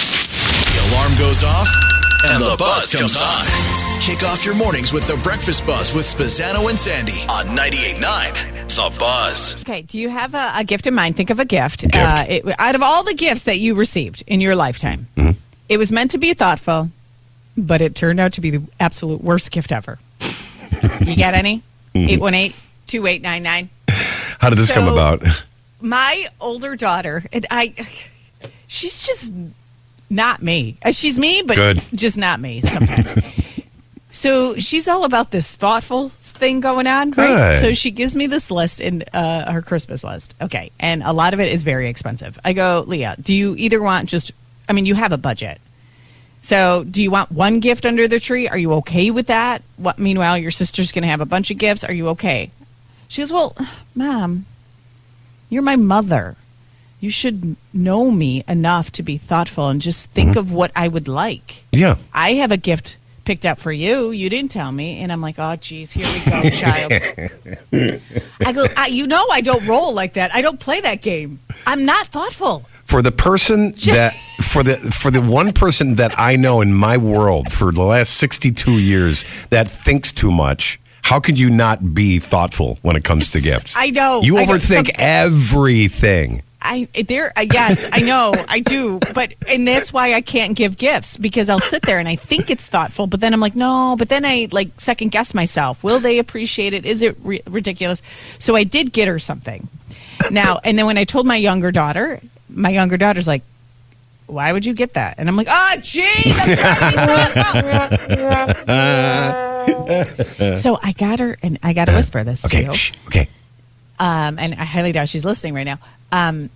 The alarm goes off and the buzz comes on. Kick off your mornings with the breakfast buzz with Spazzano and Sandy on 98.9 The Buzz. Okay, do you have a, a gift in mind? Think of a gift. Uh, it, out of all the gifts that you received in your lifetime, it was meant to be thoughtful, but it turned out to be the absolute worst gift ever. you got any? 818 2899. How did this come So- about? My older daughter, and I, she's just not me. Uh, She's me, but Good. just not me sometimes. so she's all about this thoughtful thing going on, right? Good. So she gives me this list in uh, her Christmas list. Okay. And a lot of it is very expensive. I go, Leah, do you either want just, I mean, you have a budget. So, do you want one gift under the tree? Are you okay with that? What meanwhile your sister's going to have a bunch of gifts? Are you okay? She goes, "Well, mom, you're my mother. You should know me enough to be thoughtful and just think of what I would like. Yeah. I have a gift picked out for you. You didn't tell me." And I'm like, "Oh, geez, here we go, child." I go, I, "You know, I don't roll like that. I don't play that game. I'm not thoughtful." For the person that for the for the one person that I know in my world for the last 62 years that thinks too much, how could you not be thoughtful when it comes to gifts? I know. You I know. overthink Some- everything. I there uh, yes I know I do but and that's why I can't give gifts because I'll sit there and I think it's thoughtful but then I'm like no but then I like second guess myself will they appreciate it is it ri ridiculous so I did get her something now and then when I told my younger daughter my younger daughter's like why would you get that and I'm like oh jeez I'm trying to be thoughtful." so I got her and I got to whisper this Okay. to you shh, okay. um, and I highly doubt she's listening right now. Um,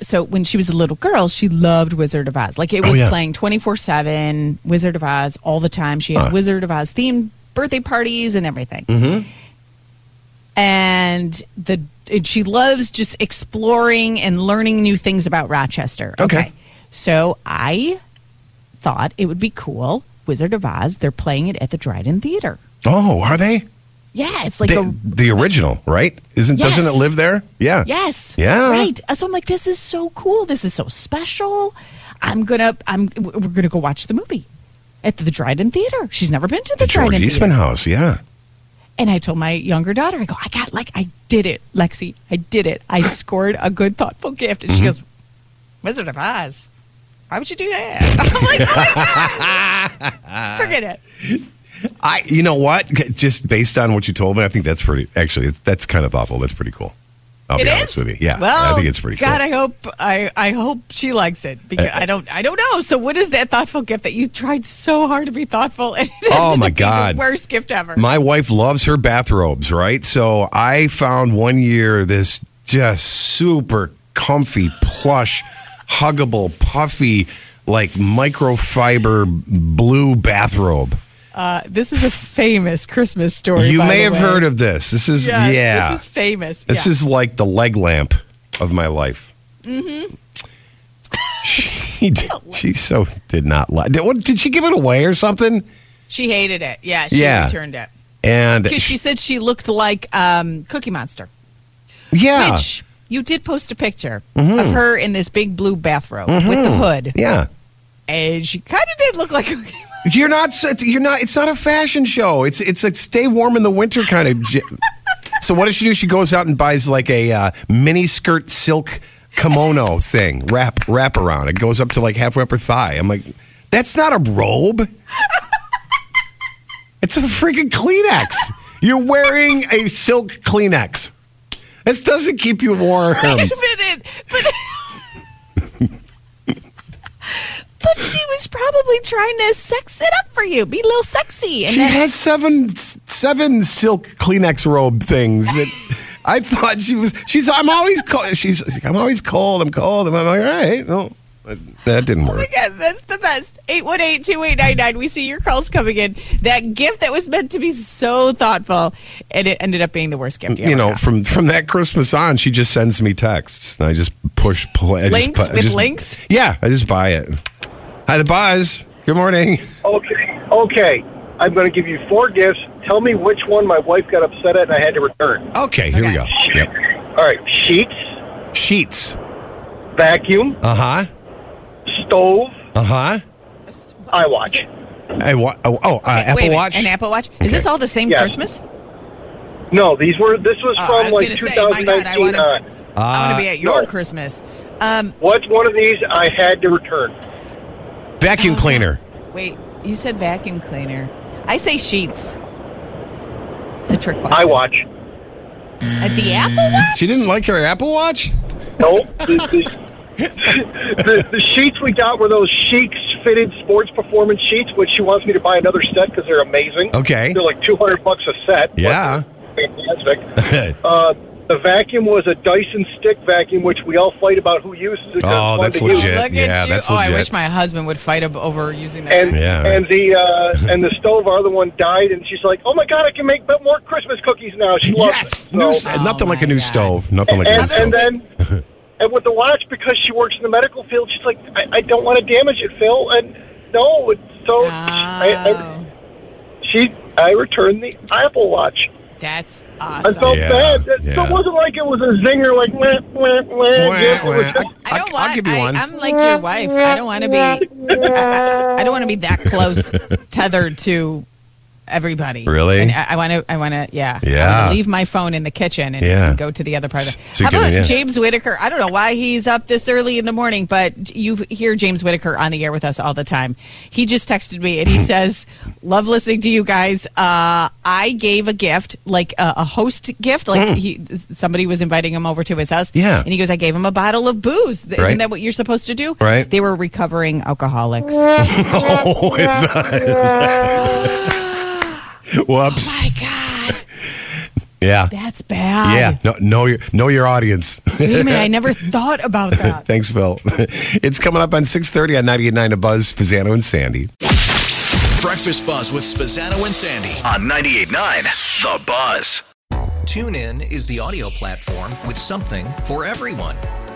so when she was a little girl, she loved Wizard of Oz. Like it Oh, was yeah. playing twenty four seven Wizard of Oz all the time. She had Wizard of Oz themed birthday parties and everything. Mm-hmm. And the and she loves just exploring and learning new things about Rochester. Okay. So I thought it would be cool. Wizard of Oz. They're playing it at the Dryden Theater. Oh, are they? Yeah, it's like the, a the original, right? Isn't doesn't it Yes. live there? Yeah. Yes. Yeah. Right. Uh, So I'm like, this is so cool. This is so special. I'm gonna. I'm. We're gonna go watch the movie at the Dryden Theater. She's never been to the, The George Dryden Eastman Theater. House, yeah. And I told my younger daughter, I go, I got like, I did it, Lexi. I did it. I scored a good, thoughtful gift. Mm-hmm. And she goes, Wizard of Oz. Why would you do that? I'm like, oh my God. forget it. I, you know what? Just based on what you told me, I think that's pretty. Actually, it's- that's kind of thoughtful. That's pretty cool. I'll It be is? honest with you. Yeah, Well, I think it's pretty God, cool. Uh, I hope I, I hope she likes it because I don't I don't know. So what is that thoughtful gift that you tried so hard to be thoughtful and it Oh, ended my up being God. the worst gift ever. My wife loves her bathrobes, right? So I found one year this just super comfy, plush, huggable, puffy, like microfiber blue bathrobe. uh, this is a famous Christmas story. You Oh, by may the have way. heard of this. This is Yes, yeah. This is famous. This Yeah. is like the leg lamp of my life. Mm-hmm. She did, Oh, she so did not like. Did, what, did she give it away or something? she hated it. Yeah, she Yeah. returned it And because she said she looked like um, Cookie Monster, yeah, Mm-hmm. which you did post a picture of her in this big blue bathrobe with the hood, yeah. and she kind of did look like Cookie Monster. You're not. s- it's- You're not. It's not a fashion show. It's it's a stay warm in the winter kind of. j- so what does she do? She goes out and buys like a uh, mini skirt silk kimono thing, wrap wrap around. It goes up to like halfway up her thigh. I'm like, that's not a robe. it's a freaking Kleenex. You're wearing a silk Kleenex. This doesn't keep you warm. Wait a minute, but but she was probably trying to sex it up for you, be a little sexy, and She then, has seven seven silk Kleenex robe things that I thought she was. She's. I'm always cold. She's. like, I'm always cold. I'm cold. And I'm like, all right. No, that didn't work. Yeah, oh that's the best. 818-2899. We see your calls coming in. That gift that was meant to be so thoughtful, and it ended up being the worst gift. You, you ever know, got. from from that Christmas on, she just sends me texts, and I just push play. I just Links pu- I with just- links? Yeah, I just buy it. Hi, the buzz. Good morning. Okay, okay. I'm going to give you four gifts. Tell me which one my wife got upset at and I had to return. Okay, here we go. Yep. All right, sheets, Sheets. vacuum, Uh huh. stove, Uh huh. iWatch. I wa- oh, oh uh, Wait a Apple minute, Watch. An Apple Watch. Is this all the same Yes. Christmas? No, these were. This was Oh, I from was like gonna say, my God, I 2019 wanna- on. I Uh, want to be at your no. Christmas. Um, What one of these I had to return? Oh, Vacuum cleaner. wait, you said vacuum cleaner. I say sheets. It's a trick question. iWatch. At the Apple Watch. She didn't like her Apple Watch. No, the, the, the, the sheets we got were those chic fitted sports performance sheets, which she wants me to buy another set because they're amazing. Okay. they're like 200 bucks a set. but Yeah. they're fantastic. Uh, the vacuum was a Dyson stick vacuum, which we all fight about who uses it. 'cause it's Oh, fun that's to use. legit. Look Yeah, at you. that's oh, I legit. wish my husband would fight ab- over using that. And Yeah. and the uh, and the stove, our other one died, and she's like, "Oh my god, I can make but more Christmas cookies now." She loves yes. it. New, So- s- nothing Oh like a my new God. stove. Nothing like a new and, stove. and then and with the watch because she works in the medical field she's like i, I don't want to damage it phil and no it's so I, I, Oh, she i returned the apple watch that's i awesome. felt Yeah, bad That- yeah. it wasn't like it was a zinger like wah, wah, wah, gift. It Wah, was wah. just- I don't I'll want. give you I, one. am like your wife. I don't want to be. I, I don't want to be that close tethered to everybody. Really? And I, I want to. I want to. Yeah. I wanna Yeah. leave my phone in the kitchen and, Yeah. and go to the other part. Of the, S- so How you can- about yeah. James Whitaker? I don't know why he's up this early in the morning, but you hear James Whitaker on the air with us all the time. He just texted me and he says, "Love listening to you guys. Uh, I gave a gift, like a, a host gift, like he somebody was inviting him over to his house. Mm. Yeah. and he goes, I gave him a bottle of booze. Isn't Right. that what you're supposed to do? Right. They were recovering alcoholics. oh, it's uh, Whoops. Oh My God, yeah. that's bad. Yeah. No, know your know your audience. Wait a minute, I never thought about that. Thanks, Phil. it's coming up on 6:30 on 98.9 to Buzz Fazano and Sandy. Breakfast Buzz with Spazzano and Sandy. On 98.9, The Buzz. TuneIn is the audio platform with something for everyone.